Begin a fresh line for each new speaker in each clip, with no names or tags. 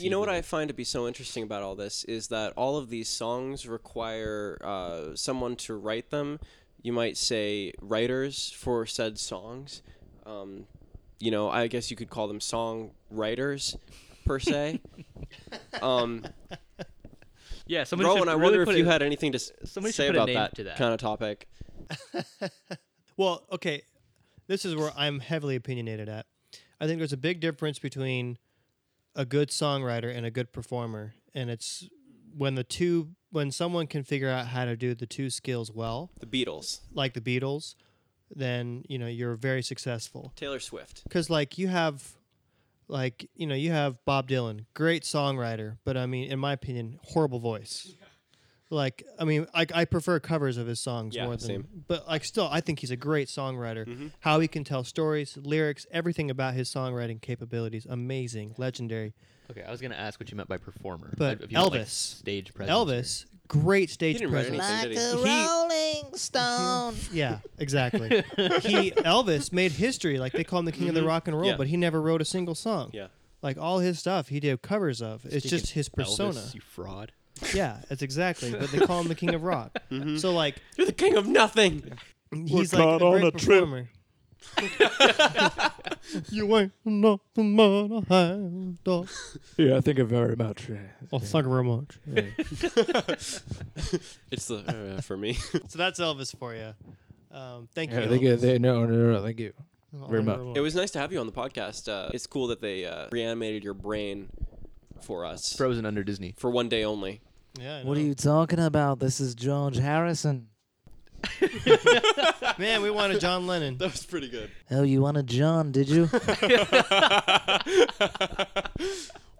You know what I find to be so interesting about all this is that all of these songs require uh, someone to write them. You might say writers for said songs. Um, you know, I guess you could call them songwriters per se. um,
Yeah, somebody
Rowan,
should
I
really
wonder
put
if you
a-
had anything to s-
somebody should
say
put a
about
name
that,
to that.
kind of topic.
Well, okay, this is where I'm heavily opinionated at. I think there's a big difference between a good songwriter and a good performer, and it's when the two when someone can figure out how to do the two skills well,
The Beatles,
like the Beatles, then you know you're very successful.
Taylor Swift.
because like you have like you know you have bob dylan great songwriter but i mean in my opinion horrible voice like i mean i, I prefer covers of his songs
Yeah,
more than
same. Mm-hmm.
but like still i think he's a great songwriter how he can tell stories lyrics everything about his songwriting capabilities amazing legendary
Okay, I was gonna ask what you meant by performer,
But
if you meant, like,
Elvis.
stage presence.
elvis great stage
didn't write
presence
anything, did he?
Rolling Stone.
yeah exactly he elvis made history like they call him the king of the rock and roll
Mm-hmm. Yeah.
but he never wrote a single song
Yeah.
like all his stuff he did covers of it's
Speaking
just his
of
persona
Elvis, you fraud.
Yeah, that's exactly. But they call him the king of rock. So like
You're the king of nothing.
he's like a great performer. you ain't nothing but a hound dog.
Yeah, I think it very much.
Oh, thank you very much.
It's the uh, for me.
So that's Elvis for you. Um, thank
Yeah,
you.
thank you.
Elvis.
They, no, no, no, thank you.
Oh,
very
thank you
much.
It was nice to have you on the podcast. Uh, it's cool that they uh, reanimated your brain for us
Frozen under Disney.
for one day only.
Yeah, I
What are
know.
you talking about? This is George Harrison.
Man, we wanted John Lennon.
That was pretty good.
Oh, you wanted John, did you?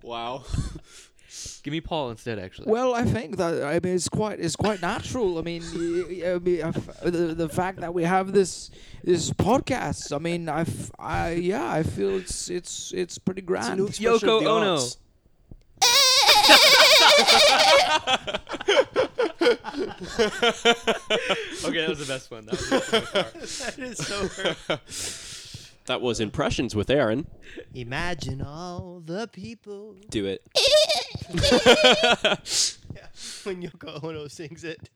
Wow.
Give me Paul instead, actually.
Well, I think that I mean it's quite it's quite natural. I mean, y- y- I mean I f- the, the fact that we have this this podcast. I mean, I, f- I yeah, I feel it's it's it's pretty grand.
expression of the Ono. arts. okay, that was the best one. That was the best one by far.
that is so.
That was impressions with Aaron.
Imagine all the people
Do it.
when Yoko Ono sings it.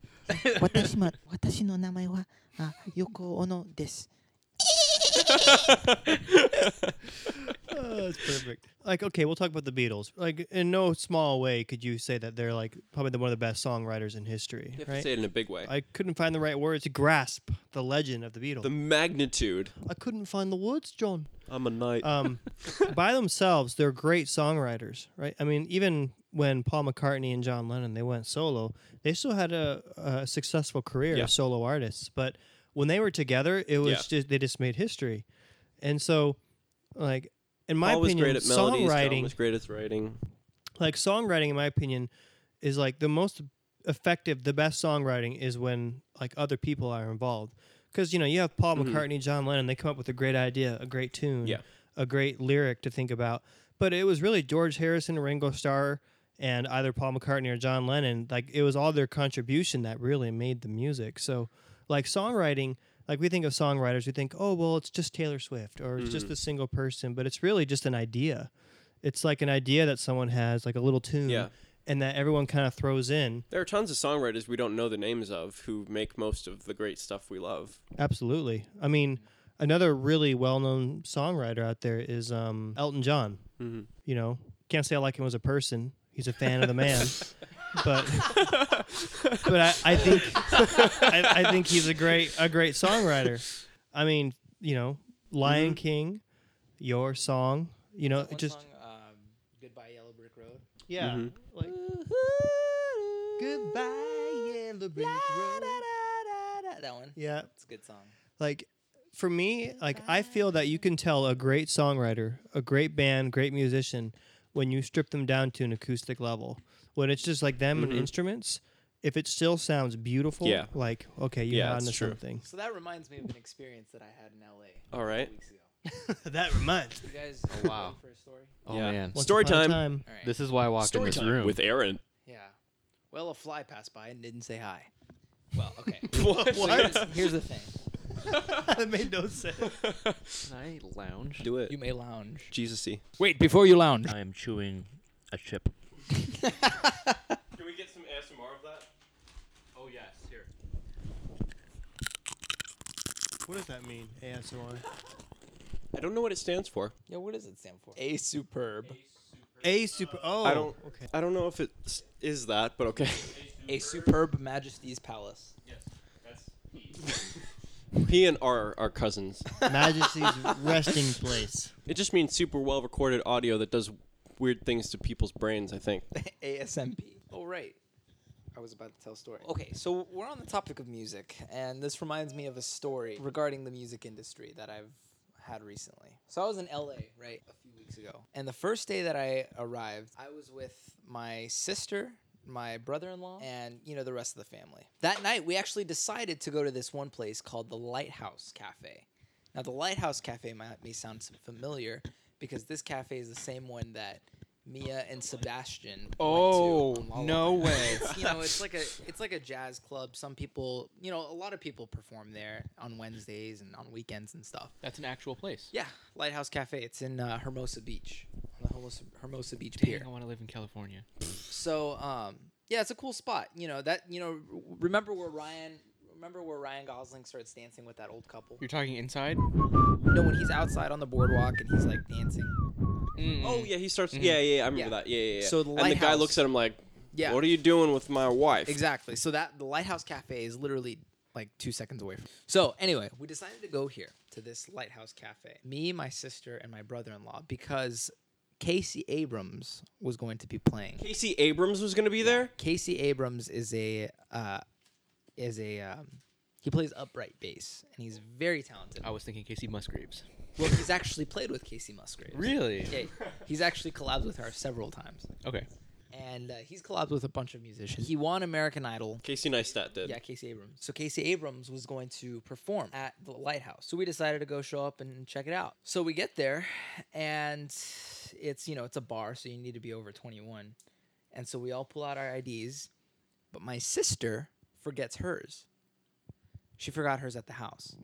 私ま私の名前は
ah,
あ横尾のです。
Oh, that's perfect. Like, okay, we'll talk about the Beatles. Like, in no small way could you say that they're like probably the, one of the best songwriters in history.
You have to
right?
say it in a big way.
I couldn't find the right words to grasp the legend of the Beatles.
the magnitude.
I couldn't find the words, John.
I'm a knight.
Um, by themselves, they're great songwriters, right? I mean, even when Paul McCartney and John Lennon they went solo, they still had a, a successful career
Yeah.
as solo artists. But when they were together, it was
Yeah.
just they just made history, and so like in my
Paul was
opinion,
great at melodies. John
songwriting
was great at writing.
like songwriting in my opinion is like the most effective the best songwriting is when like other people are involved because you know you have paul mccartney john lennon they come up with a great idea a great tune
Mm-hmm. Yeah.
a great lyric to think about but it was really george harrison ringo starr and either paul mccartney or john lennon like it was all their contribution that really made the music so like songwriting like we think of songwriters we think oh well it's just taylor swift or it's
Mm-hmm.
just a single person but it's really just an idea it's like an idea that someone has like a little tune
Yeah.
and that everyone kind of throws in
There are tons of songwriters we don't know the names of who make most of the great stuff we love.
absolutely i mean another really well-known songwriter out there is um, elton john you know can't say i like him as a person he's a fan of the man but but I, I think I, I think he's a great a great songwriter i mean you know lion king your song you know it just
um,
Goodbye, Yellow Brick Road.
yeah like
Goodbye, yellow brick road. That one.
yeah
It's a good song.
like for me like i feel that you can tell a great songwriter a great band great musician when you strip them down to an acoustic level when it's just like them and instruments if it still sounds beautiful
Mm-hmm. Yeah.
like okay you're
Yeah,
onto
that's true.
something
So that reminds me of an experience that I had in LA. a
All right.
couple Weeks ago.
that reminds me
You guys
wow.
ready for a story?
Oh
Yeah.
man,
Well, Story time.
All right.
this is why I walked in this room.
with Aaron.
yeah. Well, a fly passed by and didn't say hi. Well, okay. So here's, here's the thing.
that made no sense
Can I lounge?
Do it.
You may lounge.
Jesus-y.
Wait, before you lounge,
I am chewing a chip.
Can we get some ASMR of that?
Oh yes, here.
What does that mean? ASMR.
I don't know what it stands for.
Yeah, what does it stand for? A superb.
A super. Oh,
I don't.
Okay.
I don't know if it is that, but okay.
A superb Majesty's Palace.
he and R are cousins.
Majesty's resting place.
It just means super well recorded audio that does weird things to people's brains. I think.
ASMP. Oh right.
I was about to tell a story.
Okay, so we're on the topic of music, and this reminds me of a story regarding the music industry that I've had recently. So I was in LA, right, a few weeks ago. And the first day that I arrived, I was with my sister, my brother-in-law, and you know the rest of the family. That night, we actually decided to go to this one place called the Lighthouse Cafe. Now, the Lighthouse Cafe might, may sound some familiar because this cafe is the same one that Mia and Sebastian.
Oh,
went to on La La
no
Land.
way.
It's, you know, it's like a it's like a jazz club. Some people, you know, a lot of people perform there on Wednesdays and on weekends and stuff.
That's an actual place.
Yeah, Lighthouse Cafe. It's in uh, Hermosa Beach, on the Hermosa, Hermosa Beach
Dang,
Pier.
I want to live in California.
So, um, yeah, it's a cool spot. You know that. You know, r- remember where Ryan? Remember where Ryan Gosling starts dancing with that old couple?
You're talking inside?
No, when he's outside on the boardwalk and he's like dancing.
Oh yeah, he starts. Yeah, yeah, yeah, I remember
Mm-hmm. Yeah.
that. Yeah, yeah, yeah.
So the
and the guy
lighthouse-
looks at him like,
Yeah.
what are you doing with my wife?"
Exactly. So that the Lighthouse Cafe is literally like two seconds away from. So anyway, we decided to go here to this Lighthouse Cafe. Me, my sister, and my brother-in-law because Casey Abrams was going to be playing.
Casey Abrams was gonna be there.
Casey Abrams is a uh, is a um, he plays upright bass and he's very talented.
I was thinking Casey Musgraves.
Well, he's actually played with Casey Musgraves.
Really?
Yeah, he's actually collabed with her several times,
Okay.
and uh, he's collabed with a bunch of musicians. He won American Idol
Casey Neistat did.
Yeah, Casey Abrams. So Casey Abrams was going to perform at the lighthouse. So we decided to go show up and check it out. So we get there and it's, you know, it's a bar, so you need to be over 21. And so we all pull out our IDs, but my sister forgets hers. She forgot hers at the house.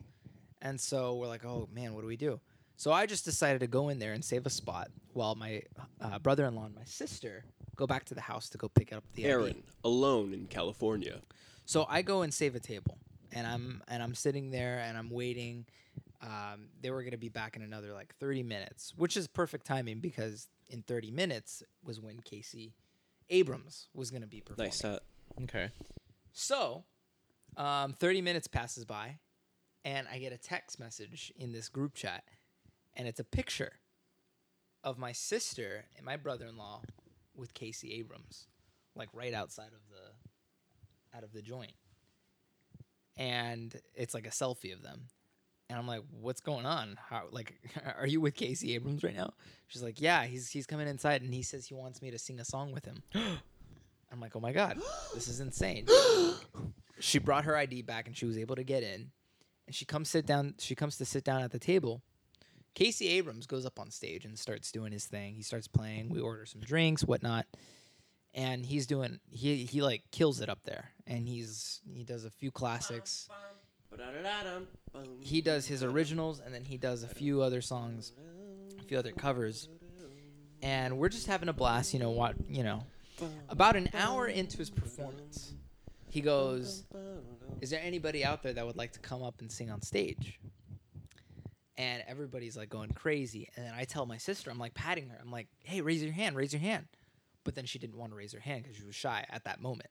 And so we're like, "Oh man, what do we do?" So I just decided to go in there and save a spot while my uh, brother-in-law and my sister go back to the house to go pick up the ID.
Aaron alone in California.
So I go and save a table, and I'm and I'm sitting there and I'm waiting. Um, they were gonna be back in another like 30 minutes, which is perfect timing because in 30 minutes was when Casey Abrams was gonna be performing.
Nice set.
Okay.
So, um, 30 minutes passes by, and I get a text message in this group chat, and it's a picture of my sister and my brother-in-law with Casey Abrams, like right outside of the out of the joint. And it's like a selfie of them. And I'm like, "What's going on? How like are you with Casey Abrams right now?" She's like, "Yeah, he's he's coming inside and he says he wants me to sing a song with him." I'm like, "Oh my god. This is insane." she brought her ID back and she was able to get in. And she comes sit down. She comes to sit down at the table. Casey Abrams goes up on stage and starts doing his thing. He starts playing. We order some drinks, whatnot, and he's doing. He he like kills it up there, and he's he does a few classics. He does his originals, and then he does a few other songs, a few other covers, and we're just having a blast. You know what? You know, about an hour into his performance, he goes, is there anybody out there that would like to come up and sing on stage? And everybody's like going crazy. And then I tell my sister, I'm like patting her, I'm like, hey, raise your hand, raise your hand. But then she didn't want to raise her hand because she was shy at that moment.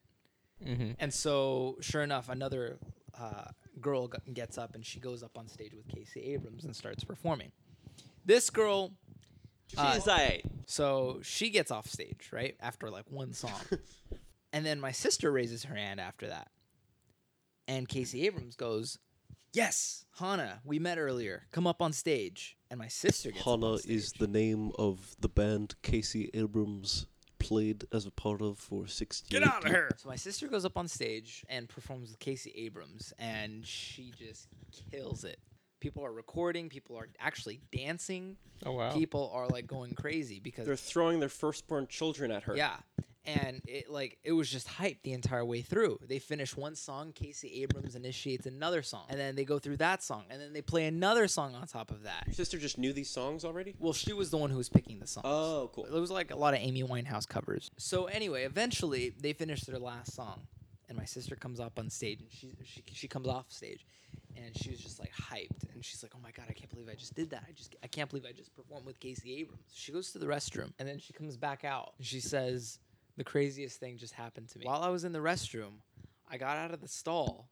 Mhm.
And so, sure enough, another uh, girl g- gets up and she goes up on stage with Casey Abrams and starts performing. This girl, uh, so she gets off stage, right? After like one song. and then my sister raises her hand after that. And Casey Abrams goes, Yes, Hana, we met earlier. Come up on stage. And my sister gets up
Hana
on stage.
is the name of the band Casey Abrams played as a part of for 68 Get out of here!
So my sister goes up on stage and performs with Casey Abrams, and she just kills it. People are recording, people are actually dancing,
Oh wow.
people are like going crazy because
They're throwing their firstborn children at her.
Yeah. and it like it was just hype the entire way through. They finish one song, Casey Abrams initiates another song, and then they go through that song, and then they play another song on top of that.
Your sister just knew these songs already?
Well, she was the one who was picking the songs.
Oh, cool.
It was like a lot of Amy Winehouse covers. So anyway, eventually they finished their last song, and my sister comes up on stage, and she she, she comes off stage, and she was just like hyped, and she's like, "Oh my god, I can't believe I just did that! I just I can't believe I just performed with Casey Abrams." She goes to the restroom, and then she comes back out, and she says, "The craziest thing just happened to me. While I was in the restroom, I got out of the stall."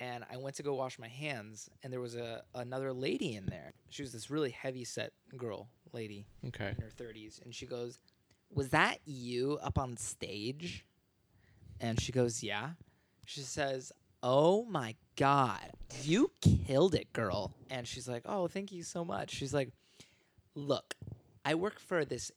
And I went to go wash my hands, and there was a another lady in there. She was this really heavy set girl, lady,
Okay.
in her 30s and she goes was that you up on stage and she goes yeah she says oh my god you killed it girl and she's like oh thank you so much she's like look I work for this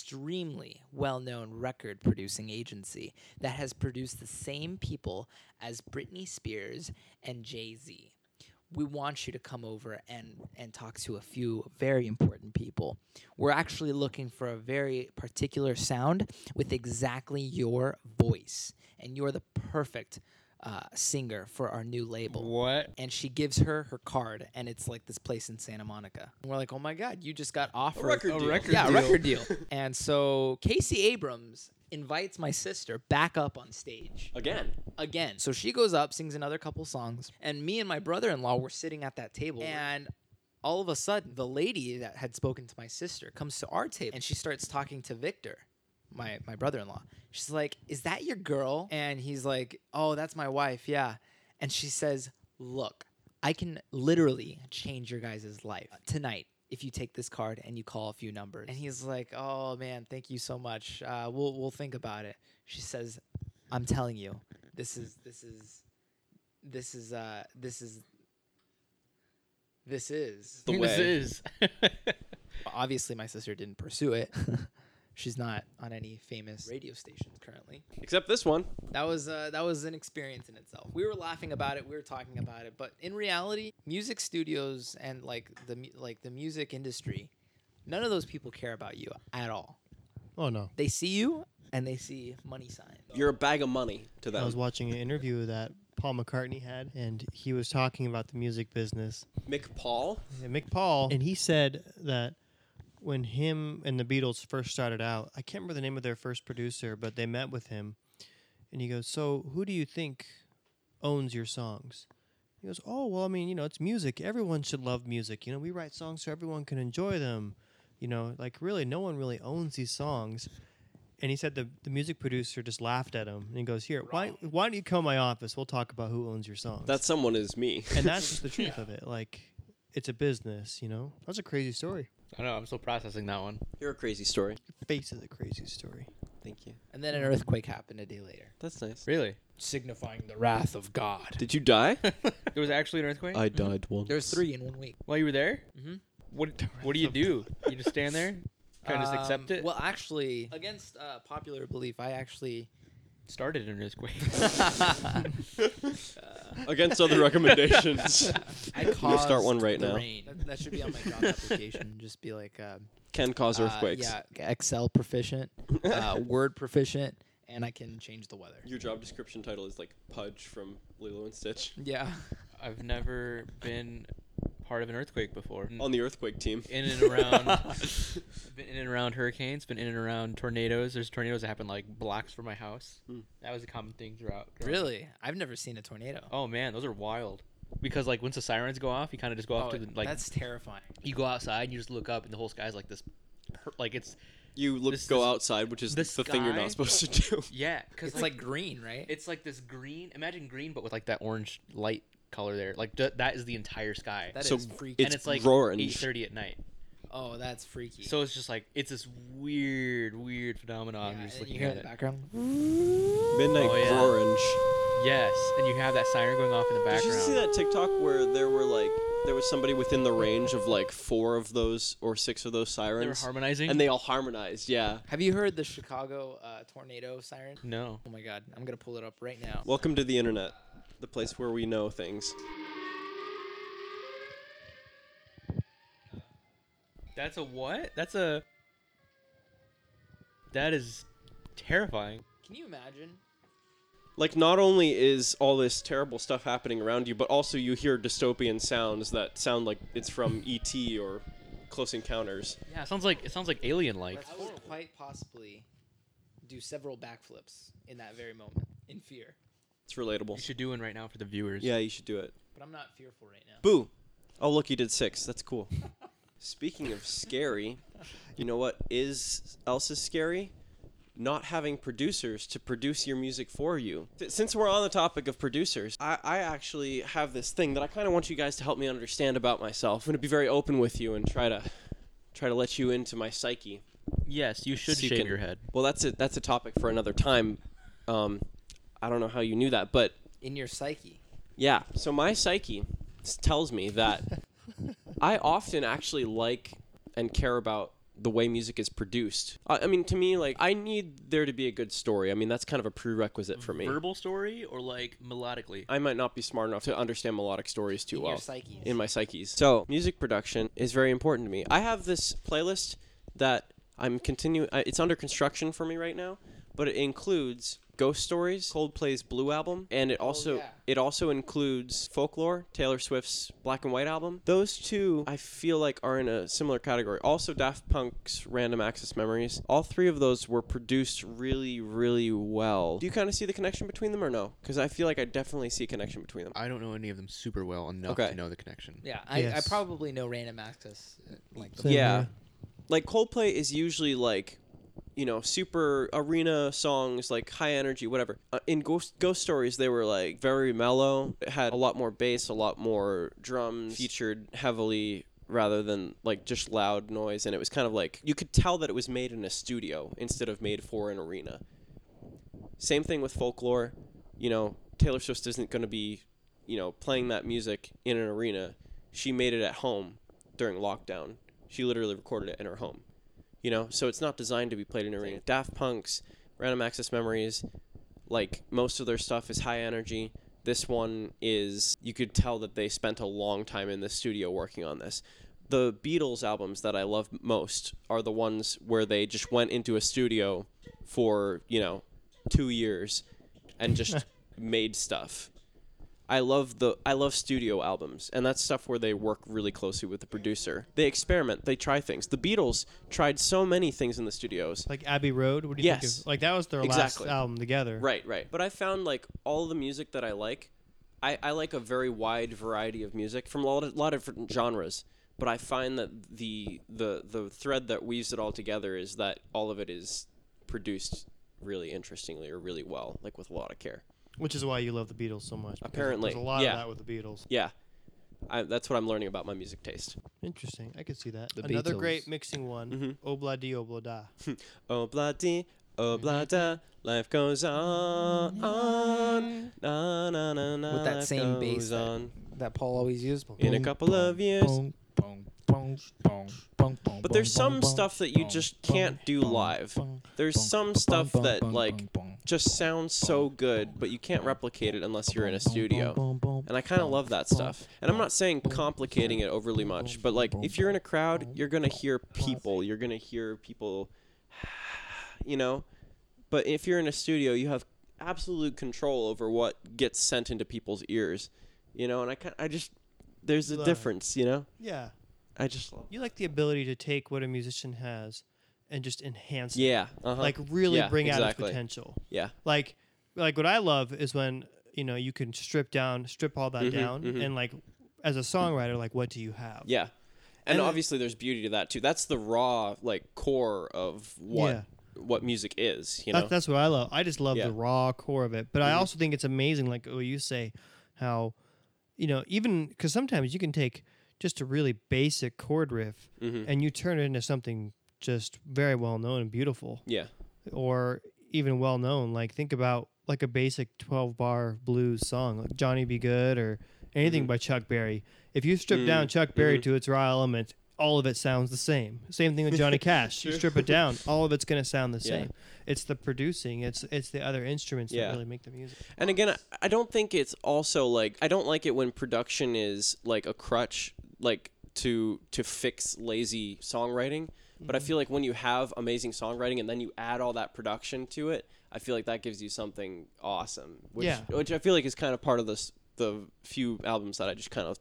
extremely well known record producing agency that has produced the same people as Britney Spears and Jay Z. We want you to come over and, and talk to a few very important people. We're actually looking for a very particular sound with exactly your voice, and you're the perfect uh, singer for our new label
What?
and she gives her her card, and it's like this place in Santa Monica. And we're like, oh my god, you just got offered
record deal.
yeah, a record deal. and so Casey Abrams invites my sister back up on stage
Again.
again. So she goes up, sings another couple songs, and me and my brother-in-law were sitting at that table, and all of a sudden, the lady that had spoken to my sister comes to our table, and she starts talking to Victor. My, my brother-in-law she's like is that your girl and he's like oh that's my wife yeah and she says look i can literally change your guys' life tonight if you take this card and you call a few numbers and he's like oh man thank you so much uh, we'll, we'll think about it she says i'm telling you this is this is this is uh this is this is
The
This
way.
is.
obviously my sister didn't pursue it she's not on any famous radio stations currently
Except this one.
that was uh, that was an experience in itself. We were laughing about it, we were talking about it, but in reality, music studios and like the mu- like the music industry, none of those people care about you at all.
Oh no!
They see you and they see money signs.
You're a bag of money to
I
them.
was watching an interview that Paul McCartney had, and he was talking about the music business.
Mick Paul.
And Mick Paul, and he said that when him and the Beatles first started out, I can't remember the name of their first producer, but they met with him, and he goes, "So who do you think owns your songs?" He goes, "Oh well, I mean, you know, it's music. Everyone should love music. You know, we write songs so everyone can enjoy them. You know, like really, no one really owns these songs." And he said the, the music producer just laughed at him and he goes, "Here, why why don't you come to my office? We'll talk about who owns your songs."
That someone is me.
and that's just the truth of it. Like, it's a business, you know. That's a crazy story.
I know. I'm still processing that one.
You're a crazy story.
Face is a crazy story.
Thank you.
And then an earthquake happened a day later,
That's nice.
Really?
signifying the wrath of God.
Did you die?
There was actually an earthquake
I died once.
There's three in one week.
while you were there.
Mhm.
What? What do you do? You just stand there, kind of just accept
Um,
it.
Well, actually, against uh, popular belief, I actually
started an earthquake.
Uh, Against other recommendations.
I
gonna
caused
start one right
the
now.
rain. That, that should be on my job application. Just be like. Um,
Can cause
Uh,
earthquakes.
yeah, Excel proficient, uh, Word proficient, and I can change the weather.
Your job description title is like Pudge from Lilo and Stitch
Yeah.
I've never been part of an earthquake before.
on the earthquake team.
in and around been in and around hurricanes, been in and around tornadoes. There's tornadoes that happen like blocks from my house. That was a common thing throughout. throughout-
Hmm. Really? I've never seen a tornado.
Oh man, those are wild. Because like once the sirens go off, you kind of just go off to the, like
Oh, that's terrifying.
you go outside and you just look up and the whole sky's like this, per- like it's
You look
This
go
is-
outside, which is
the
the, thing you're
sky?
not supposed to do.
yeah. Cause
It's like, green, right?
it's like this green. Imagine green, but with like that orange light color there. Like d- that is the entire sky.
That is
so
freaky.
and
it's
it's like
orange.
8:30 at night.
oh, that's freaky.
So it's just like it's this weird, weird phenomenon.
yeah,
you're
and
just
you
looking
hear
at
in the
it.
background.
Midnight
Oh, yeah.
orange.
Yes, and you have that siren going off in the
Did
background.
you see that TikTok where there were like there was somebody within the range of like four of those or six of those
They were
sirens,
harmonizing.
and they all harmonized. Yeah.
Have you heard the Chicago uh, tornado siren?
no.
Oh my god, I'm gonna pull it up right now.
Welcome to the internet, the place where we know things.
That's a what? That's a. That is terrifying.
Can you imagine?
Like, not only is all this terrible stuff happening around you, but also you hear dystopian sounds that sound like it's from E.T. or Close Encounters.
Yeah, it sounds like it sounds like alien like.
I would quite possibly do several backflips in that very moment in fear,
It's
You
relatable.
should do one right now for the viewers.
Yeah, you should do it.
but I'm not fearful right now.
Boo! Oh, look, you did six. That's cool. Speaking of scary, you know what is else is scary? Not having producers to produce your music for you. Th- Since we're on the topic of producers, I, I actually have this thing that I kind of want you guys to help me understand about myself. I'm gonna be very open with you and try to try to let you into my psyche.
Yes, you should
So you
shave
can-
your head.
Well, that's a that's a topic for another time. Um, I don't know how you knew that, but
In your psyche,
yeah. So my psyche s- tells me that I often actually like and care about the way music is produced. I, I mean, to me, like I need there to be a good story. I mean, that's kind of a prerequisite for me.
Verbal story or like melodically?
I might not be smart enough to understand melodic stories too
in
well
your psyche.
in my psyches. So music production is very important to me. I have this playlist that I'm continuing. It's under construction for me right now, but it includes ghost stories, Coldplay's Blue album, and it also
Oh, yeah.
it also includes folklore, Taylor Swift's Black and White album. Those two I feel like are in a similar category. Also Daft Punk's Random Access Memories. All three of those were produced really, really well. Do you kind of see the connection between them or no? Because I feel like I definitely see a connection between them.
I don't know any of them super well enough
Okay.
to know the connection.
yeah, I,
Yes.
I probably know random access. uh, Like the
Same
yeah.
here.
Like Coldplay is usually like, you know, super arena songs, like high energy, whatever. Uh, in Ghost Ghost Stories, they were like very mellow. It had a lot more bass, a lot more drums featured heavily rather than like just loud noise and it was kind of like you could tell that it was made in a studio instead of made for an arena same thing with folklore you know taylor swift isn't going to be you know playing that music in an arena she made it at home during lockdown she literally recorded it in her home you know so it's not designed to be played in an arena daft punk's random access memories like most of their stuff is high energy this one is you could tell that they spent a long time in the studio working on this the beatles albums that i love most are the ones where they just went into a studio for you know two years and just made stuff I love the I love studio albums, and that's stuff where they work really closely with the producer. They experiment, they try things. The Beatles tried so many things in the studios.
Like Abbey Road. What do you
Yes.
think of? Like that was their
Exactly.
last album together.
Right, right. But I found like all the music that I like, I, I like a very wide variety of music from a lot of, lot of different genres. But I find that the the the thread that weaves it all together is that all of it is produced really interestingly or really well, like with a lot of care.
Which is why you love the Beatles so much. because
Apparently,
There's a lot
yeah.
of that with the Beatles.
Yeah, I, that's what I'm learning about my music taste.
Interesting. I could see that.
The
Another
Beatles.
great mixing one. Obla di obla da.
Oh bloody, oh blada, life goes on, on, na na na na.
With that
life
same bass
goes
that-
on.
that Paul always used.
In a couple of years. But
But
there's some stuff that you just can't do live. There's some stuff that like just sounds so good, but you can't replicate it unless you're in a studio. And I kind of love that stuff. And I'm not saying complicating it overly much, but like if you're in a crowd, you're going to hear people. You're going to hear people, you know? But if you're in a studio, you have absolute control over what gets sent into people's ears, you know? And I, kind, I just, there's a
Love it.
difference, you know?
Yeah.
I just love.
You like the ability to take what a musician has and just enhance it.
Yeah. Uh-huh.
Like really
Yeah,
bring out its
exactly.
potential.
yeah.
Like like what I love is when, you know, you can strip down strip all that down and like as a songwriter, like what do you have?
Mm-hmm, Yeah. And,
And it-
obviously there's beauty to that too. That's the raw like core of what
Yeah.
what music is, you know.
That, that's what I love. I just love
Yeah. Mm-hmm.
the raw core of it. But I also think it's amazing, like oh, you say, how, you know, even because sometimes you can take just a really basic chord riff
Mm-hmm.
and you turn it into something just very well known and beautiful,
yeah.
or even well known. Like think about like a basic twelve bar blues song, like Johnny Be Good or
Mm-hmm.
anything by Chuck Berry. If you
Mm,
strip down Chuck Berry to its raw element. All of it sounds the same. Same thing with Johnny Cash. You strip it down, all of it's going to sound the
Yeah.
same it's the producing it's it's the other instruments
Yeah.
that really make the music
And again, I, I don't think it's also like I don't like it when production is like a crutch like to to fix lazy songwriting. But I
Mm-hmm.
feel like when you have amazing songwriting and then you add all that production to it, I feel like that gives you something awesome. Which,
Yeah.
which I feel like is kind of part of this the few albums that I just kind of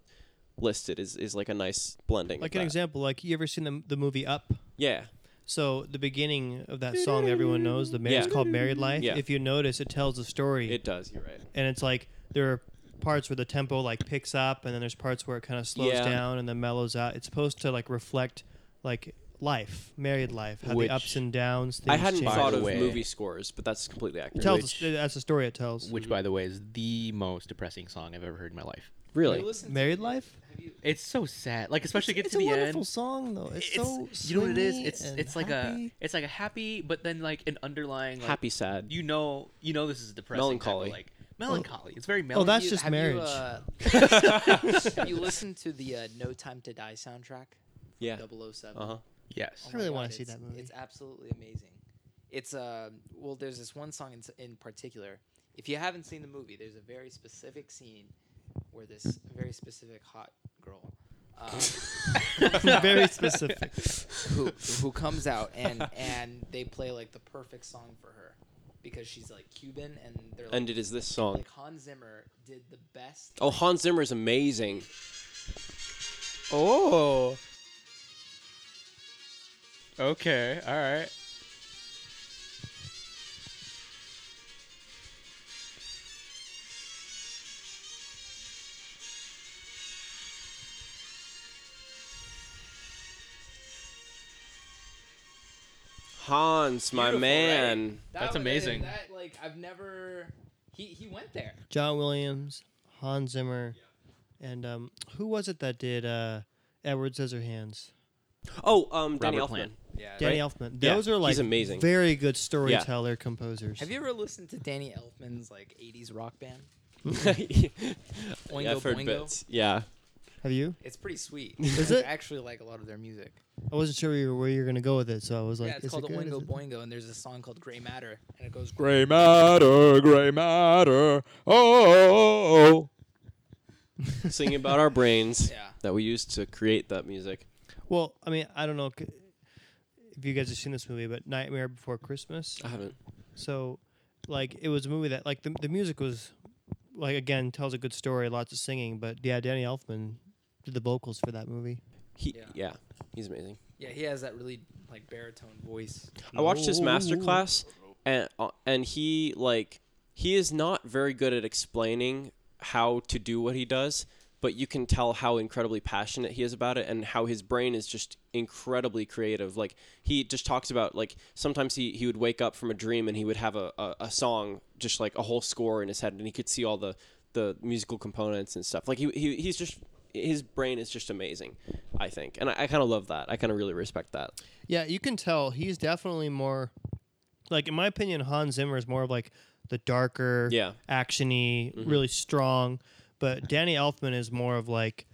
listed is, is like a nice blending.
Like
of
an
that.
example, like you ever seen the the movie Up?
Yeah.
So the beginning of that song, everyone knows the man it's
Yeah.
called Married Life.
Yeah.
If you notice, it tells a story,
It does. You're right.
and it's like there are parts where the tempo like picks up, and then there's parts where it kind of slows
Yeah.
down and then mellows out. It's supposed to like reflect like life, married life, how
Which-
the ups and downs. Things
I hadn't
change.
thought
the
of
way-
movie scores, but that's completely
It
accurate.
tells
which-
us- that's the story it tells.
Which, by the way, is the most depressing song I've ever heard in my life.
really?
Married life.
It's so sad. Like especially get
it's,
to
a
the
wonderful
end.
song though. It's, so
you know what it is.
swingy
It's
and
it's like
happy.
a it's like a happy, but then like an underlying like,
Happy, sad.
You know, you know this is depressing. type of,
Melancholy.
like melancholy. it's very
Oh,
melancholy.
that's
You-
just
have you,
marriage.
uh, have you listened to the uh, No Time to Die soundtrack?
Yeah.
007.
Uh huh.
yes.
I really
my
wanna
God,
see that
it's-
movie.
It's absolutely amazing. It's uh, well, there's this one song in, s- in particular. If you haven't seen the movie, there's a very specific scene where this very specific hot girl um,
very specific.
who who comes out and and they play like the perfect song for her because she's like Cuban and they're like,
And it is this song.
like Hans Zimmer did the best.
Oh, Hans Zimmer is amazing.
Oh. Okay. All right.
Hans, my
Beautiful,
man.
right? That
That's
was- and
amazing.
That like I've never. He he went there.
John Williams, Hans Zimmer, and um, who was it that did uh, Edward Scissorhands?
Oh, um, Danny
Robert
Elfman.
Plant.
Yeah.
Danny Elfman.
Yeah,
Those are like
he's amazing.
very good storyteller composers.
Have you ever listened to Danny Elfman's like '80s rock band?
yeah, I've heard bits. Yeah.
Have you?
It's pretty sweet.
Is
I
it?
actually like a lot of their music.
I wasn't sure where you were, where you were gonna go with it, so I was like,
yeah, it's
is
called
it good? Is
Oingo
it-
Boingo, and there's a song called "Gray Matter," and it goes
Gray matter, gray matter. Oh,
Singing about our brains
Yeah.
that we use to create that music.
Well, I mean, I don't know c- if you guys have seen this movie, but Nightmare Before Christmas.
I haven't.
So, like, it was a movie that like the the music was like again tells a good story, lots of singing, but yeah, Danny Elfman did the vocals for that movie.
He, yeah.
Yeah.
he's amazing.
Yeah, he has that really like baritone voice.
I watched his master class, and uh, and he like he is not very good at explaining how to do what he does, but you can tell how incredibly passionate he is about it, and how his brain is just incredibly creative. Like he just talks about like sometimes he he would wake up from a dream and he would have a a, a song just like a whole score in his head, and he could see all the the musical components and stuff. Like he, he he's just his brain is just amazing, I think, and I, I kind of love that. I kind of really respect that.
Yeah, you can tell he's definitely more like in my opinion, Hans Zimmer is more of like the darker,
Yeah. Mm-hmm.
actiony, really strong. But Danny Elfman is more of like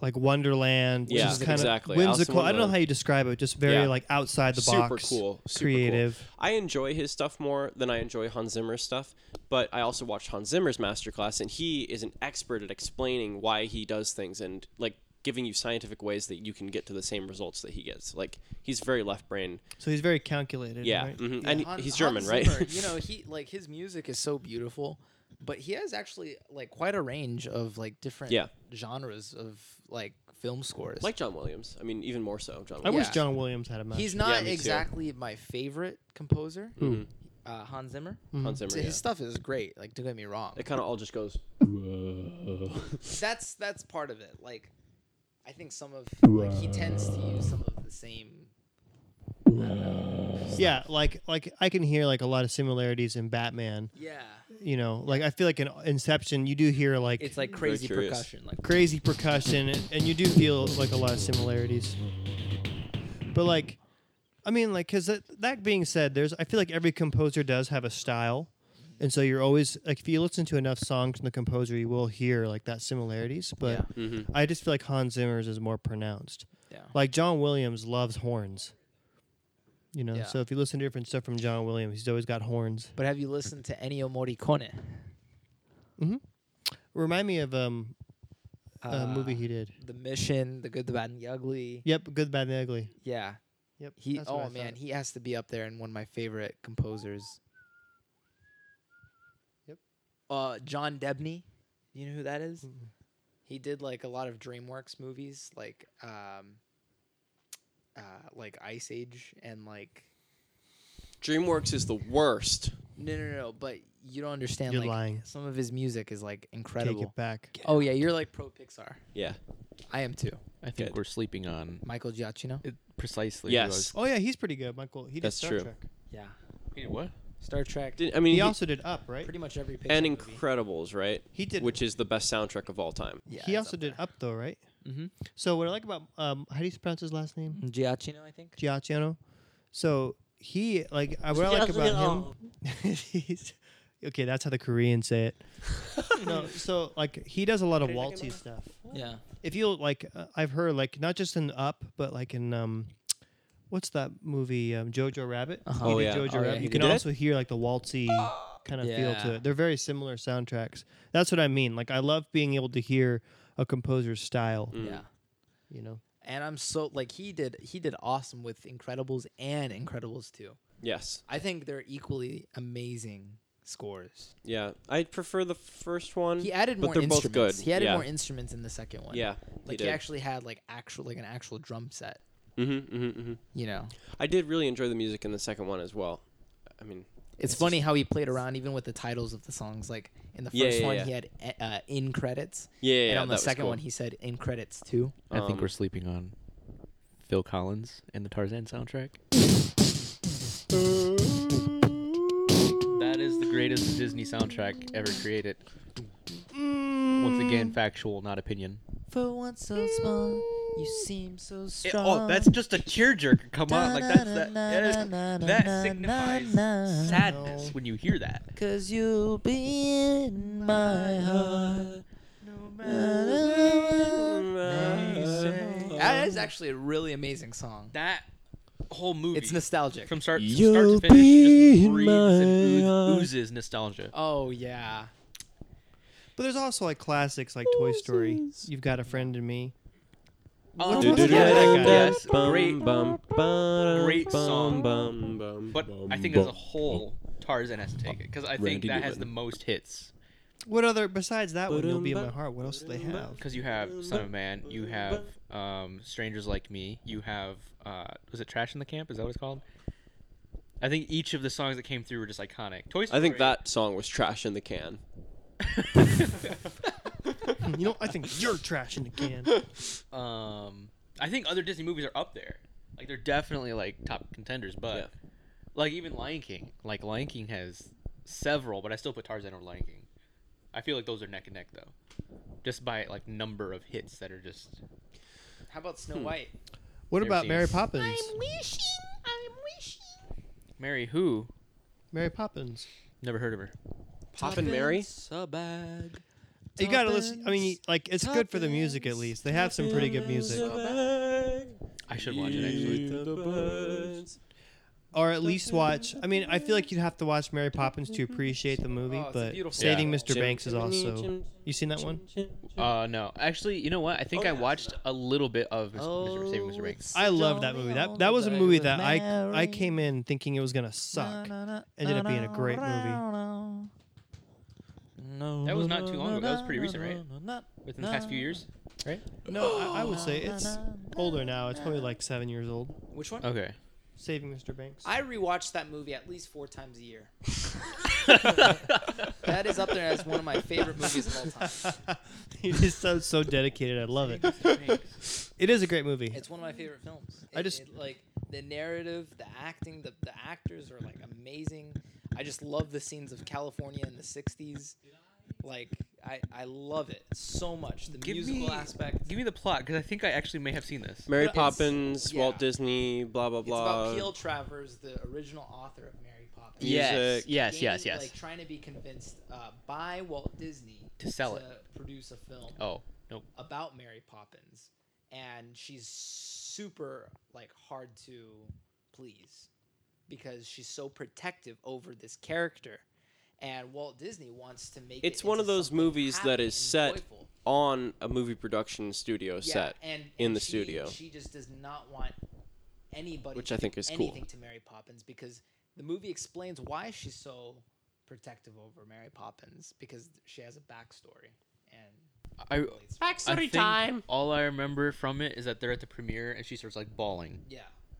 like Wonderland, which
Yeah,
is kind
exactly.
of
Alice in
whimsical. I don't know
Wonderland.
how you describe it, just very
Yeah.
like outside the
super
box,
cool, super cool.
creative.
I enjoy his stuff more than I enjoy Hans Zimmer's stuff, but I also watched Hans Zimmer's masterclass, and he is an expert at explaining why he does things and like giving you scientific ways that you can get to the same results that he gets. Like he's very left brain.
So he's very calculated.
Yeah,
right?
mhm. and
Han-
he's German,
Hans
right?
Zimmer, you know, he like his music is so beautiful, but he has actually like quite a range of like different
Yeah.
genres of like film scores.
like John Williams. I mean, even more so, John.
I
Williams.
wish
Yeah.
John Williams had a master.
he's not
me too.
exactly my favorite composer, uh, Hans Zimmer.
Hans Zimmer.
So
Oh, yeah.
His stuff is great. Like, don't get me wrong.
It kind of all just goes.
that's that's part of it. Like, I think some of like he tends to use some of the same.
yeah, like like I can hear like a lot of similarities in Batman.
Yeah,
You know, like I feel like in Inception, you do hear like
it's like crazy
curious.
percussion. Like,
crazy percussion, and, and you do feel like a lot of similarities. But like, I mean, like, because that, that being said, there's I feel like every composer does have a style, and so you're always like if you listen to enough songs from the composer, you will hear like that similarities. But
Mm-hmm.
I just feel like Hans Zimmer's is more pronounced.
Yeah.
Like John Williams loves horns. You know,
Yeah.
so if you listen to different stuff from John Williams, he's always got horns.
but have you listened to Ennio Morricone?
Remind me of um, a movie he did.
The Uh, Mission, The Good, the Bad, and the Ugly.
Yep, Good, Bad, and the Ugly.
Yeah,
Yep.
He
that's what I
oh man,
thought.
he has to be up there and one of my favorite composers.
Yep.
Uh John Debney. You know who that is?
Mm-mm.
He did like a lot of DreamWorks movies like um uh like Ice Age and like
DreamWorks is the worst.
no no no, no, but you don't understand
You're
like
lying.
some of his music is like
Take
incredible.
it back.
Oh yeah, you're like pro Pixar.
Yeah.
I am too.
I think
Good.
we're sleeping on
Michael Giacchino.
it precisely. who I
Yes.
Oh yeah, he's pretty good, Michael. He did
That's
Star
true.
Trek.
Yeah.
was- Wait, what?
Star Trek.
Did- I mean,
He
he-
also did Up, right?
Pretty much every Pixar
and
movie.
Incredibles, right?
He did.
Which is the best soundtrack of all time.
Yeah,
he
it's
also
up
did
there.
Up though, right?
Mm-hmm.
Mhm.
So what I like about um, how do you pronounce his last name?
Giacchino, I think.
Giacchino. So he like I- what I like about him. he's, okay, that's how the Koreans say it. no, so like he does a lot of waltzy stuff.
Yeah.
If you like, uh, I've heard like not just in Up, but like in um, what's that movie um, Jojo Rabbit?
Uh-huh.
He
Oh,
did
yeah.
Jojo
Oh, yeah,
Rabbit.
he
you
did
can
that?
also hear like the waltzy kind of feel to
Yeah.
it. They're very similar soundtracks. That's what I mean. Like I love being able to hear a composer's style.
Mm.
Yeah.
You know.
And I'm so like he did he did awesome with Incredibles and Incredibles 2.
Yes.
I think they're equally amazing scores.
Yeah. I prefer the first one.
He added
But
more
they're both
instruments.
good,
He added
yeah.
more instruments in the second one.
Yeah.
Like
he
he,
did.
actually had like actual like an actual drum set,
Mm-hmm, mm-hmm, mm-hmm.
you know.
I did really enjoy the music in the second one as well. I mean,
It's, funny how he played around even with the titles of the songs like in the first
Yeah, yeah,
one
yeah.
he had uh, uh, in credits
yeah. yeah,
and
yeah,
on
that
the
was
second
cool.
one he said in credits too.
I think we're
Um,
sleeping on Phil Collins and the Tarzan soundtrack. That is the greatest Disney soundtrack ever created. Once again, factual, not opinion.
For once so small, you seem so strong.
oh, that's just a tearjerker. Come on, like that's that. That, is, that signifies sadness when you hear that.
Cause you'll be in my heart.
That is actually a really amazing song.
That whole movie.
It's nostalgic.
from start, from
You'll
start to finish,
be
just
in
breathes and
my
ooze-
heart.
oozes nostalgia.
oh yeah.
But there's also like classics like Toy Story. You've got a friend in me.
Oh,
do, do,
yeah,
do,
that
do,
guy. yes,
Bum,
great.
bum, bum,
great
bum,
song.
bum, bum,
But
Bum,
I think
bum.
as a whole, Tarzan has to take it because I think
Randy
that has
Newman.
the most hits.
What other besides that one? You'll be in my heart. What else do they have?
Because you have Son of Man, you have um, Strangers Like Me, you have uh, was it Trash in the Camp? Is that what it's called? I think each of the songs that came through were just iconic. Toy Story.
I think that song was trash in the can.
you know, I think you're trash in the can.
Um, I think other Disney movies are up there. Like they're definitely like top contenders, but
Yeah.
like even Lion King, like Lion King has several, but I still put Tarzan over Lion King. I feel like those are neck and neck though, just by like number of hits that are just.
How about Snow White?
What
Never
about
seen
Mary
it.
Poppins?
Mary who?
Mary Poppins.
Never heard of her.
Pop and Mary.
You gotta listen. I mean, like it's good for the music at least. They have some pretty good music,
Hmm.
I should watch it actually.
or at least watch. I mean, I feel like you'd have to watch Mary Poppins to appreciate the movie.
Oh, it's a
but
beautiful
Saving
song.
Mr. Banks is also. You seen that one?
Uh, no. Actually, you know what? I think I watched a little bit of Mr. Mr. Saving Mr. Banks.
I love that movie. That that was a
Jolly
movie
old
that I I
Mary.
came in thinking it was gonna suck. Ended up being a great movie.
No,
That was not too long ago. That was pretty recent, right?
right?
Within the past few years.
No, I, I would say it's older now. It's probably like seven years old.
Which one?
Okay.
Saving Mr. Banks.
I rewatch that movie at least four times a year. that is up there as one of my favorite movies of all time.
he just sounds so dedicated. I love it. It is a great movie.
It's one of my favorite films.
I
It-
just-
it, like the narrative, the acting, the the actors are like amazing. I just love the scenes of California in the '60s. Like I I love it so much. The
Give me-
musical aspect.
Give me the plot because I think I actually may have seen this.
Mary
But it's-
Poppins,
yeah.
Walt Disney, blah blah
It's about
blah.
Peel Travers, the original author of Mary Poppins.
Yes, Music.
Yes. Yes.
being,
Yes.
Like trying to be convinced uh, by Walt Disney
To sell
produce a film
Oh. Nope.
about Mary Poppins, and she's super like hard to please because she's so protective over this character, and Walt Disney wants to make.
It's
it
one
into
of those
something
movies that
happy
is
and
set
joyful.
on a movie production studio
Yeah,
set
and,
in
and
the
she-
studio.
She just does not want anybody
Which
to
I
do
think is cool.
anything to Mary Poppins because the movie explains why she's so protective over Mary Poppins because she has a backstory and
I,
relates-
I think time. all I remember from it is that they're at the premiere and she starts like bawling.
yeah.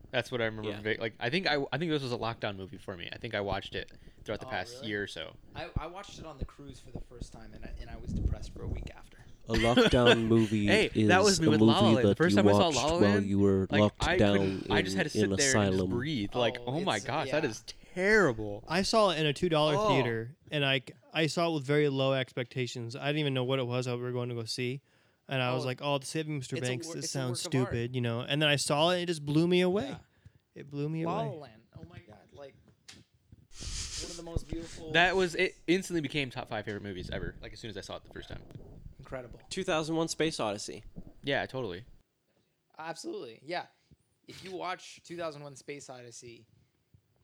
That's what I remember.
Yeah.
va- Like I think I I think this was a lockdown movie for me. I think I watched it throughout the
Oh,
past
really?
year or so.
I, I watched it on the cruise for the first time and I, and I was depressed for a week after.
A lockdown movie
Hey,
is
that was me
a
with
movie
La La Land.
that
The first
you
time I saw
watched
La La
while
Land,
you were
Like
locked
I
down
couldn't-
in,
I just had to sit
in
there and just
asylum.
breathe. Like
Oh,
oh my
it's-
gosh, that
yeah.
is terrible.
I saw it in a two dollar
Oh.
theater, and I I saw it with very low expectations. I didn't even know what it was that we were going to go see, and I was
Oh.
like, "Oh, the Saving Mr.
It's a
Banks.
wor-
This
it's a
sounds
work of art.
stupid," you know. And then I saw it, and it just blew me away.
Yeah.
It blew me
La La
away.
Land. Oh my god, like one of the most beautiful
That was it. Instantly became top five favorite movies ever. Like as soon as I saw it the first time.
incredible.
2001 Space Odyssey.
Yeah, totally.
Absolutely. Yeah. If you watch 2001 Space Odyssey,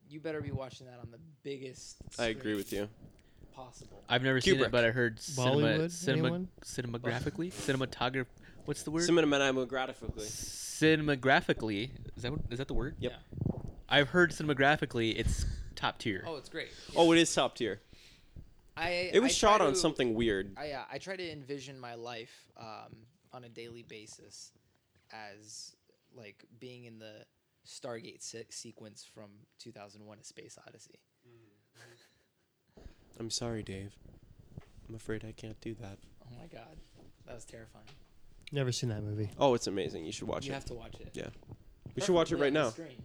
you better be watching that on the biggest
I agree with
screen
you.
possible.
I've never seen
Kubrick.
it, but I heard cinema,
Bollywood,
cinema,
anyone?
cinematographically, cinematograph. What's the word?
Cinematographically.
Cinematographically. Is that what, is that the word?
Yep.
I've heard cinematographically, it's top tier.
Oh, it's great.
Oh, it is top tier.
I
It was
I
shot
try
on
to-
something weird.
I, uh, I try to envision my life um, on a daily basis as like being in the Stargate se- sequence from 2001: A Space Odyssey.
I'm sorry, Dave. I'm afraid I can't do that.
Oh my god, that was terrifying.
Never seen that movie.
Oh, it's amazing. You should watch
you
it.
have to watch it.
Yeah. We should watch it
Preferably
right
on
now.
the screen.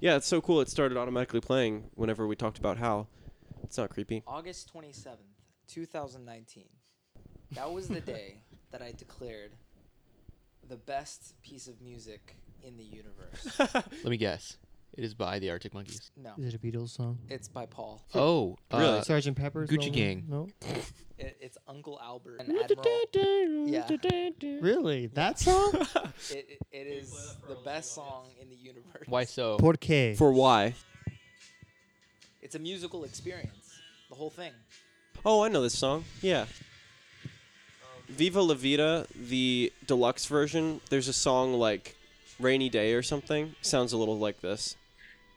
Yeah, it's so cool. It started automatically playing whenever we talked about how. It's not creepy.
August 27th, 2019. That was the day that I declared the best piece of music in the universe.
Let me guess. It is by the Arctic Monkeys.
No,
Is it a Beatles song?
it's by Paul.
Oh,
Really, Sergeant Pepper's
Gucci
no-
Gang.
No,
It, it's Uncle Albert and Admiral. Yeah, it,
really, that song?
it, it is the best song in the universe.
Why so?
Por qué?
For why?
It's a musical experience. The whole thing.
Oh, I know this song. Yeah. Viva La Vida, the deluxe version, there's a song like Rainy Day or something. Sounds a little like this.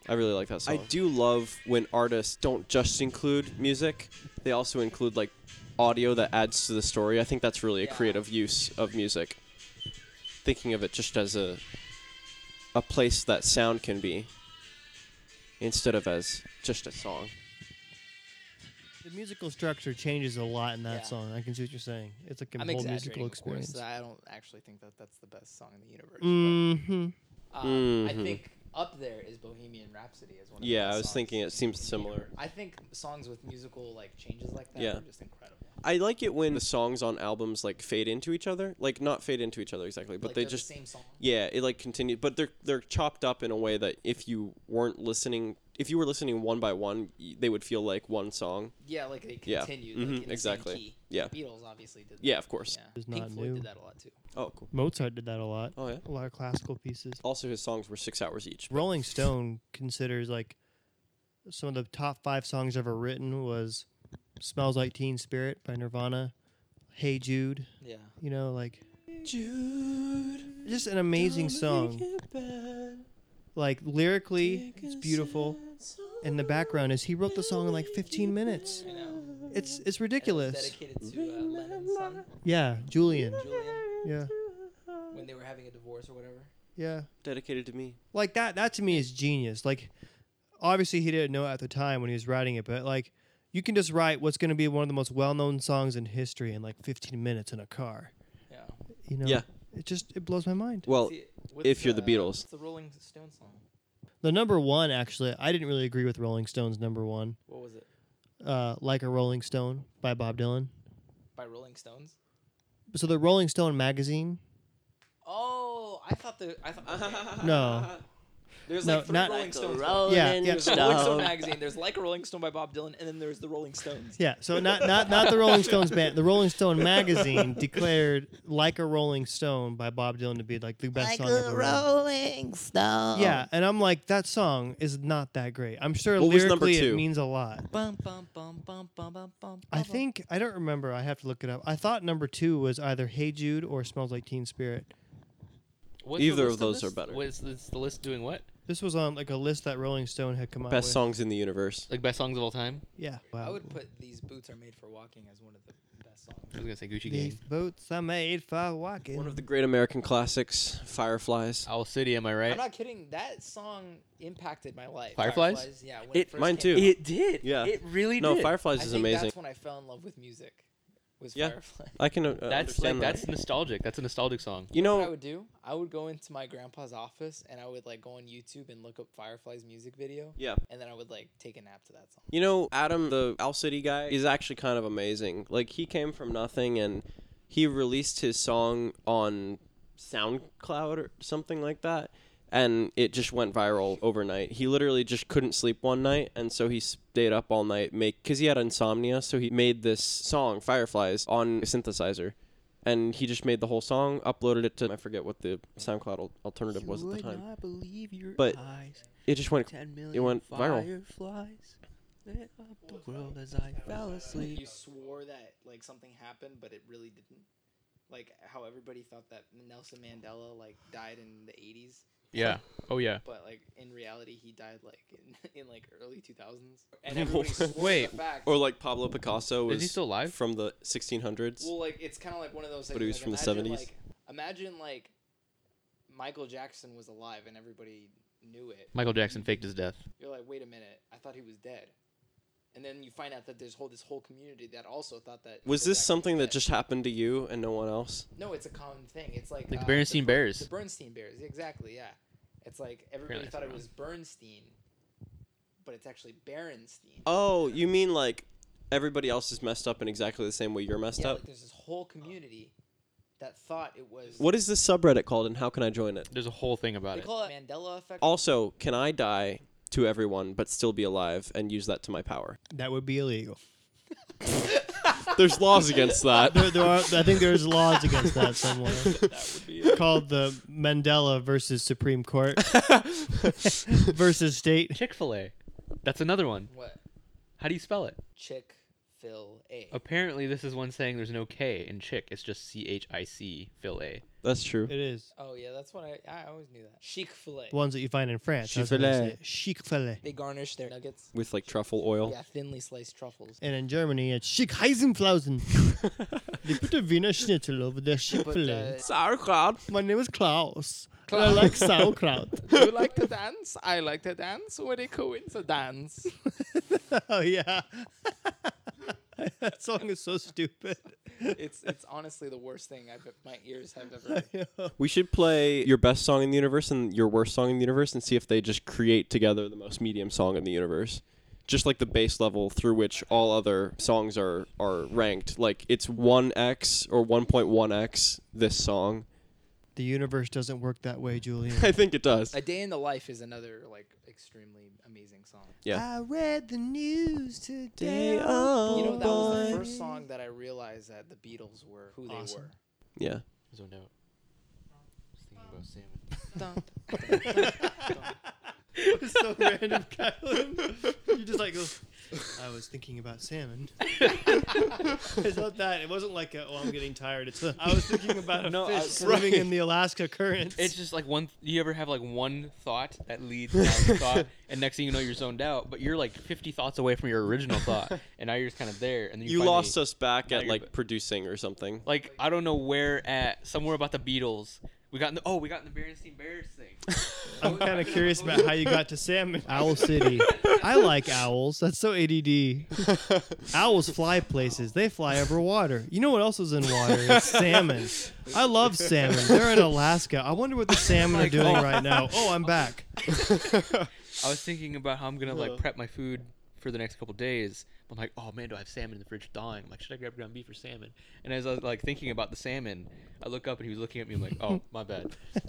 I really like that song. I do love when artists don't just include music, they also include like audio that adds to the story. I think that's really a
Yeah.
creative use of music. Thinking of it just as a a place that sound can be instead of as just a song.
The musical structure changes a lot in that
Yeah.
song. I can see what you're saying. It's like a
I'm
whole
exaggerating,
musical
of course.
experience.
I don't actually think that that's the best song in the universe. but-
Mm-hmm.
Um,
Mhm.
I think up there is Bohemian Rhapsody as one. Of the
Yeah,
best
I was
songs
thinking it
in-
seems
in the
similar.
universe. I think songs with musical like changes like that
Yeah.
are just incredible.
I like it when the songs on albums like fade into each other, like not fade into each other exactly, but
like
they
they're
just
the same song.
yeah, it like continue, but they're they're chopped up in a way that if you weren't listening, if you were listening one by one, y- they would feel like one song.
Yeah, like they
Yeah,
continue.
mhm,
Like, in the same
exactly.
key.
Yeah.
The Beatles obviously did. That.
Yeah, of course.
Yeah.
It's
Pink
not
Floyd
new.
did that a lot too.
Oh, cool.
Mozart did that a lot.
Oh yeah.
A lot of classical pieces.
Also, his songs were six hours each.
Rolling Stone considers like some of the top five songs ever written was "Smells Like Teen Spirit" by Nirvana, "Hey Jude,"
Yeah.
you know, like
Jude,
just an amazing song. Like lyrically, it's beautiful, and the background is he wrote the song in like 15 minutes.
I know. And
It's it's
it was
ridiculous.
Dedicated to uh, Lennon's son
Yeah, Julian.
Julian
Yeah,
when they were having a divorce or whatever.
yeah.
dedicated to me.
like that that to me is genius like obviously he didn't know it at the time when he was writing it but like you can just write what's going to be one of the most well-known songs in history in like 15 minutes in a car
Yeah.
you know
Yeah.
it just it blows my mind
Well,
See,
if you're the Beatles.
It's the Rolling Stone song.
the number one actually i didn't really agree with rolling stones number one
What was it?
uh, like a rolling stone by bob dylan
By Rolling Stones.
so the rolling stone magazine
Oh, I thought the I thought. okay.
no
There's
No,
like three
not-
Rolling Stones.
yeah yeah
There's the Rolling Stone magazine. There's like a Rolling Stone by Bob Dylan, and then there's the Rolling Stones.
yeah so not not not the rolling stones band the rolling stone magazine declared like a rolling stone by bob dylan to be like the best
Like
song ever
a
written.
rolling
Um,
stone.
Yeah, and I'm like, that song is not that great. I'm sure
What was number
lyrically it
two?
means a lot.
Bum, bum, bum, bum, bum, bum, bum,
I
bum.
think I don't remember. I have to look it up. I thought number two was either Hey Jude or Smells Like Teen Spirit.
What's the
Either of
list
those
this?
are better.
What's is the list doing? What
This was on like a list that Rolling Stone had come out
Best
with.
songs in the universe.
like best songs of all time?
Yeah. Wow.
I would put "These Boots Are Made for Walking" as one of the best
I
songs.
was gonna say Gucci Gang.
These boots I made for walking.
One of the great American classics, Fireflies.
Oh,
Owl City, am I right?
I'm not kidding. That song impacted my life.
Fireflies?
yeah. When
It-
first
mine
came
too.
out.
it did.
Yeah.
It really
No,
did.
Fireflies
I
is
think
amazing.
That's when I fell in love with music. Was
Yeah.
Fireflies.
I can uh,
That's like
understand that.
that's nostalgic. That's a nostalgic song.
you
what I
know,
would do, I would go into my grandpa's office and I would like go on YouTube and look up Firefly's music video.
Yeah.
And then I would like take a nap to that song.
you know, Adam, the Owl City guy, is actually kind of amazing. Like he came from nothing and he released his song on SoundCloud or something like that, and it just went viral overnight. He literally just couldn't sleep one night, and so he stayed up all night make because he had insomnia, so he made this song Fireflies on a synthesizer. And he just made the whole song, uploaded it to I forget what the SoundCloud al- alternative was at the time.
I believe your
But
eyes.
It just went
Ten million
it went viral.
fireflies lit up the world as I fell asleep.
You swore that like something happened, but it really didn't. Like how everybody thought that Nelson Mandela like died in the 80s,
Yeah. Oh yeah.
but like in reality he died like in, in like early 2000s. And everybody swore to the
Wait,
fact.
Or like Pablo Picasso was
Is he still alive?
from the 1600s.
Well, like it's kind of like one of those. Like,
But he was
like,
from the
imagine,
70s.
Like, imagine like Michael Jackson was alive and everybody knew it.
Michael Jackson faked his death.
You're like, wait a minute, I thought he was dead, and then you find out that there's whole this whole community that also thought that.
was
Michael
this
Jackson
something that
dead.
just happened to you and no one else?
No, it's a common thing. It's like
Like the
uh,
Bernstein
Ber-
Bears.
The Bernstein Bears, exactly. Yeah, it's like
Apparently
everybody
that's
thought it
wrong.
was Bernstein, but it's actually Berenstein.
Oh, you mean like everybody else is messed up in exactly the same way you're messed
yeah,
up?
like, there's this whole community that thought it was.
What is this subreddit called and how can I join it?
There's a whole thing about
they
it.
call it Mandela effect?
Also, can I die to everyone but still be alive and use that to my power?
that would be illegal.
There's laws against that.
There, there are, I think there's laws against that somewhere. Called the Mandela versus Supreme Court versus state.
Chick Fil A. That's another one.
What?
How do you spell it?
Chick Fil
Oh.
A.
Apparently, this is one saying there's no K in chick. It's just C H I C Phil A.
That's true.
It is
Oh yeah, that's what I I always knew that. Chick Fil A.
ones that you find in France. I was gonna say Schickfelle.
They garnish their nuggets.
With like truffle oil.
Yeah, thinly sliced truffles.
And in Germany, it's Schickheisenflausen. they put a Wiener Schnitzel over their Schickfelle.
But, uh,
Sauerkraut.
My name is Klaus. and I like sauerkraut.
uh, you like to dance? I like to dance. What a coincidence!
oh yeah. that song is so stupid.
it's it's honestly the worst thing I've my ears have ever.
We should play your best song in the universe and your worst song in the universe and see if they just create together the most medium song in the universe. Just like the base level through which all other songs are, are ranked. Like it's 1x or 1.1x this song.
The universe doesn't work that way, Julian.
I think it does.
A day in the life is another like extremely amazing song.
Yeah.
I read the news today.
Day oh
you know that was the
boy.
first song that I realized that the Beatles were who they
Awesome.
were.
Yeah.
Zoned out. Just thinking about salmon.
It was
Oh.
so random, Kylan. You just like go. I was thinking about salmon. it's not that. It wasn't like, a, oh, I'm getting tired. It's a, I was thinking about a
No, I-
fish swimming in the Alaska currents.
It's just like one. You ever have like one thought that leads to another thought, and next thing you know, you're zoned out. But you're like 50 thoughts away from your original thought, and now you're just kind of there. And then you,
You
finally-
lost us back at
you're
like
back.
producing or something.
Like I don't know where at somewhere about the Beatles. We got in the oh we got in the Berenstein Bears thing.
I'm kind of curious about how you got to salmon. Owl City. I like owls. That's so ADD. owls fly places. They fly over water. You know what else is in water? It's salmon. I love salmon. They're in Alaska. I wonder what the salmon are doing right now. Oh, I'm back.
I was thinking about how I'm gonna like prep my food for the next couple days. I'm like, oh man, do I have salmon in the fridge thawing? I'm like, should I grab ground beef or salmon? And as I was like thinking about the salmon, I look up and he was looking at me. I'm like, oh my bad.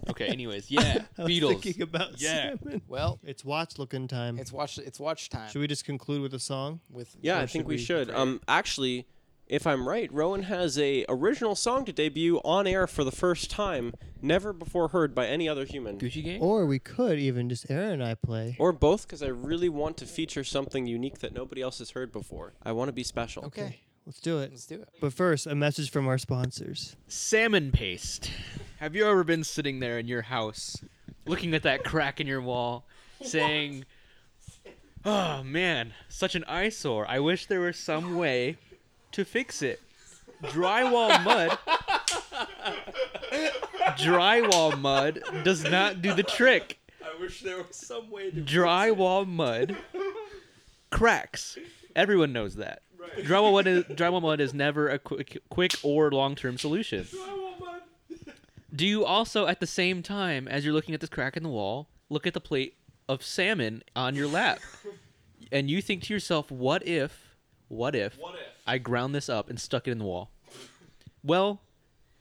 Okay, anyways, yeah,
I was
Beatles.
thinking about
Yeah.
salmon.
Well,
It's watch looking time.
it's watch it's watch time
Should we just conclude with a song?
with
Yeah,
Or
I think
should
we,
we-
should. Um, actually, if I'm right, Rowan has a original song to debut on air for the first time, never before heard by any other human,
Gucci gang.
Or we could even just Aaron and I play.
or both, because I really want to feature something unique that nobody else has heard before. I want to be special.
Okay.
Let's do it.
Let's do it.
But first, a message from our sponsors.
Salmon paste. Have you ever been sitting there in your house, looking at that crack in your wall, saying, "Oh man, such an eyesore. I wish there were some way to fix it." Drywall mud. drywall mud does not do the trick.
I wish there was some way to.
drywall mud cracks. Everyone knows that. Drywall mud is drywall mud is never a quick, quick or long-term solution. Do you also, at the same time as you're looking at this crack in the wall, look at the plate of salmon on your lap, and you think to yourself, "What if? What if? What if? I ground this up and stuck it in the wall?" Well,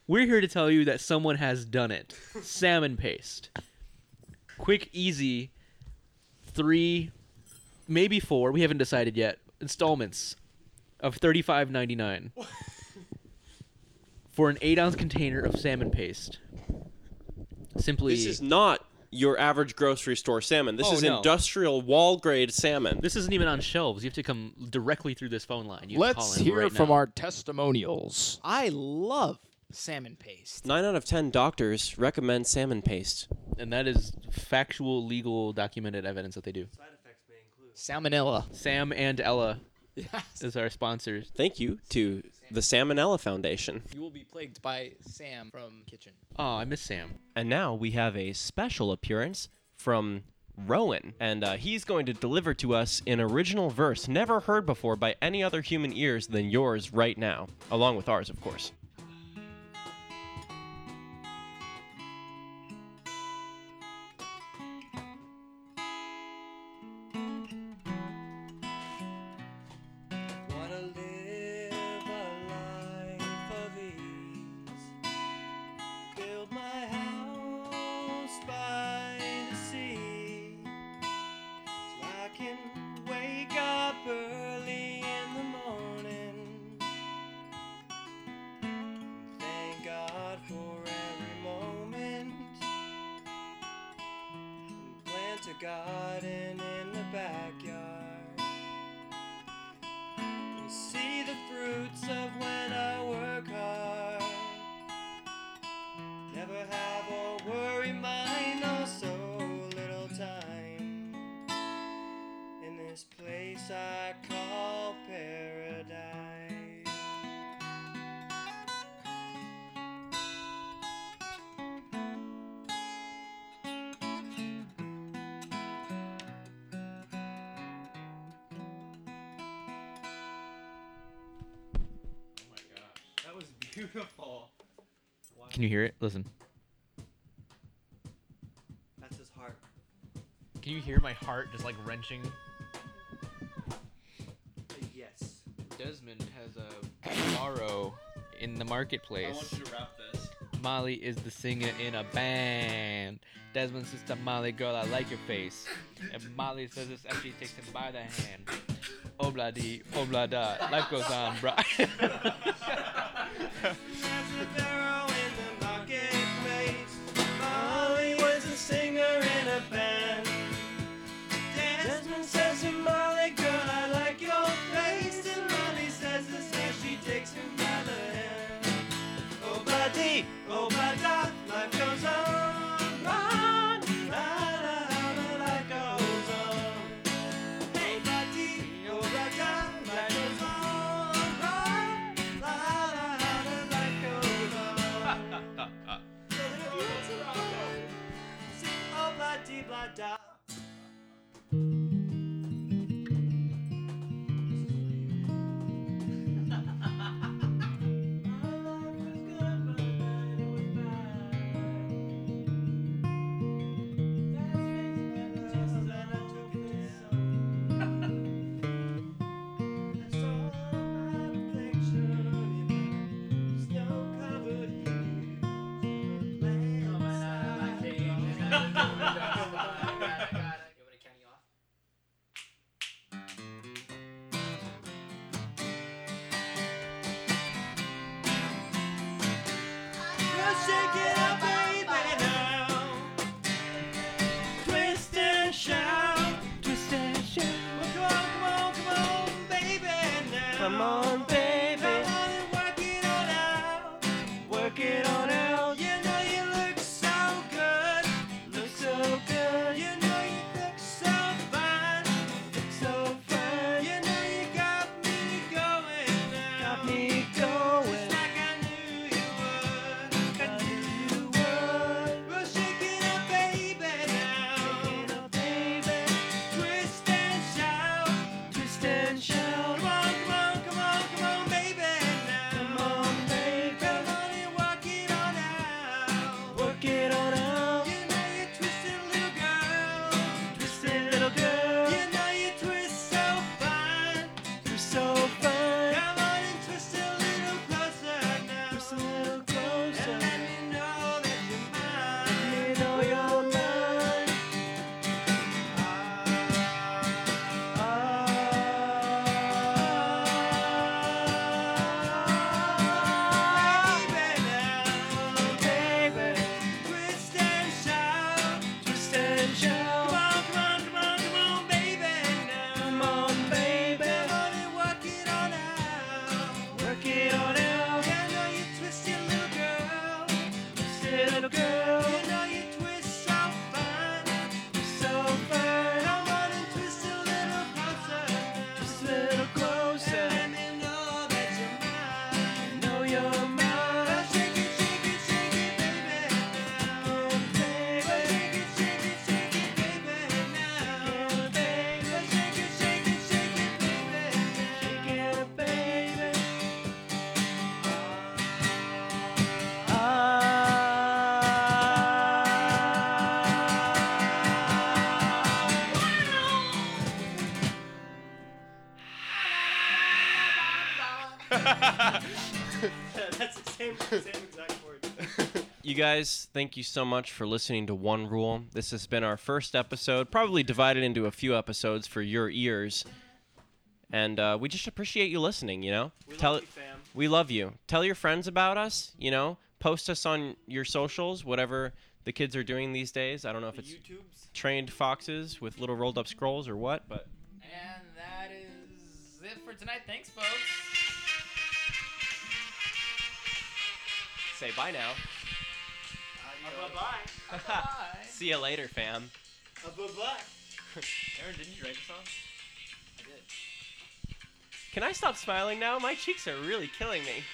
we're here to tell you that someone has done it. Salmon paste. Quick, easy, three, maybe four. We haven't decided yet. Installments of thirty five ninety nine for an eight ounce container of salmon paste. Simply,
This is not your average grocery store salmon. This
Oh,
is
no.
industrial wall grade salmon.
this isn't even on shelves. You have to come directly through this phone line. You have to call
Let's
in
hear
right
from
now.
our testimonials.
I love salmon paste.
Nine out of ten doctors recommend salmon paste.
and that is factual, legal, documented evidence that they do.
Salmonella.
Sam and Ella
Yes.
is our sponsors.
Thank you to the Salmonella Foundation.
You will be plagued by Sam from kitchen.
Oh, I miss Sam.
And now we have a special appearance from Rowan, and uh, he's going to deliver to us an original verse never heard before by any other human ears than yours right now, along with ours, of course.
Wanna live a life of ease. Build my house by the sea. So I can wake up early in the morning. Thank God for every moment. And plant a garden in the backyard and see the fruits of when I work hard. Never have a worry mind or so little time in this place I call paradise.
Can you hear it? Listen.
That's his heart.
Can you hear my heart just like wrenching?
Yes.
Desmond has a sorrow in the marketplace.
to wrap this.
Molly is the singer in a band. Desmond's sister Molly, girl, I like your face. And Molly says this after she takes him by the hand. Obla dee, obla da. Life goes on, bro.
As a barrow in the marketplace, Molly was a singer in a band. Desmond says to Molly, girl, I like your face. And Molly says the same, she takes him by the hand. Oh, buddy, oh, buddy, life goes on. on, la, la, la, la, life goes on. Hey, buddy, oh, buddy, life goes on. on, la, la, la, la, life goes on. So the girls are all sing, oh, buddy, blah, da. Twist and shout, twist and shout. Well, come on, come on, come on, baby now. Come on, baby Ah. That's the same, same exact word.
You guys, thank you so much for listening to One Rule. This has been our first episode, probably divided into a few episodes for your ears. And uh, we just appreciate you listening, you know?
We
Tell
love you, fam.
We love you. Tell your friends about us, you know? Post us on your socials, whatever the kids are doing these days. I don't know if
The
it's
YouTubes.
trained foxes with little rolled up scrolls or what, but
And that is it for tonight. Thanks, folks.
say bye now.
Uh, bye-bye.
See you later, fam.
Uh, bye-bye.
Aaron, didn't you write the song? I did. Can I stop smiling now? My cheeks are really killing me.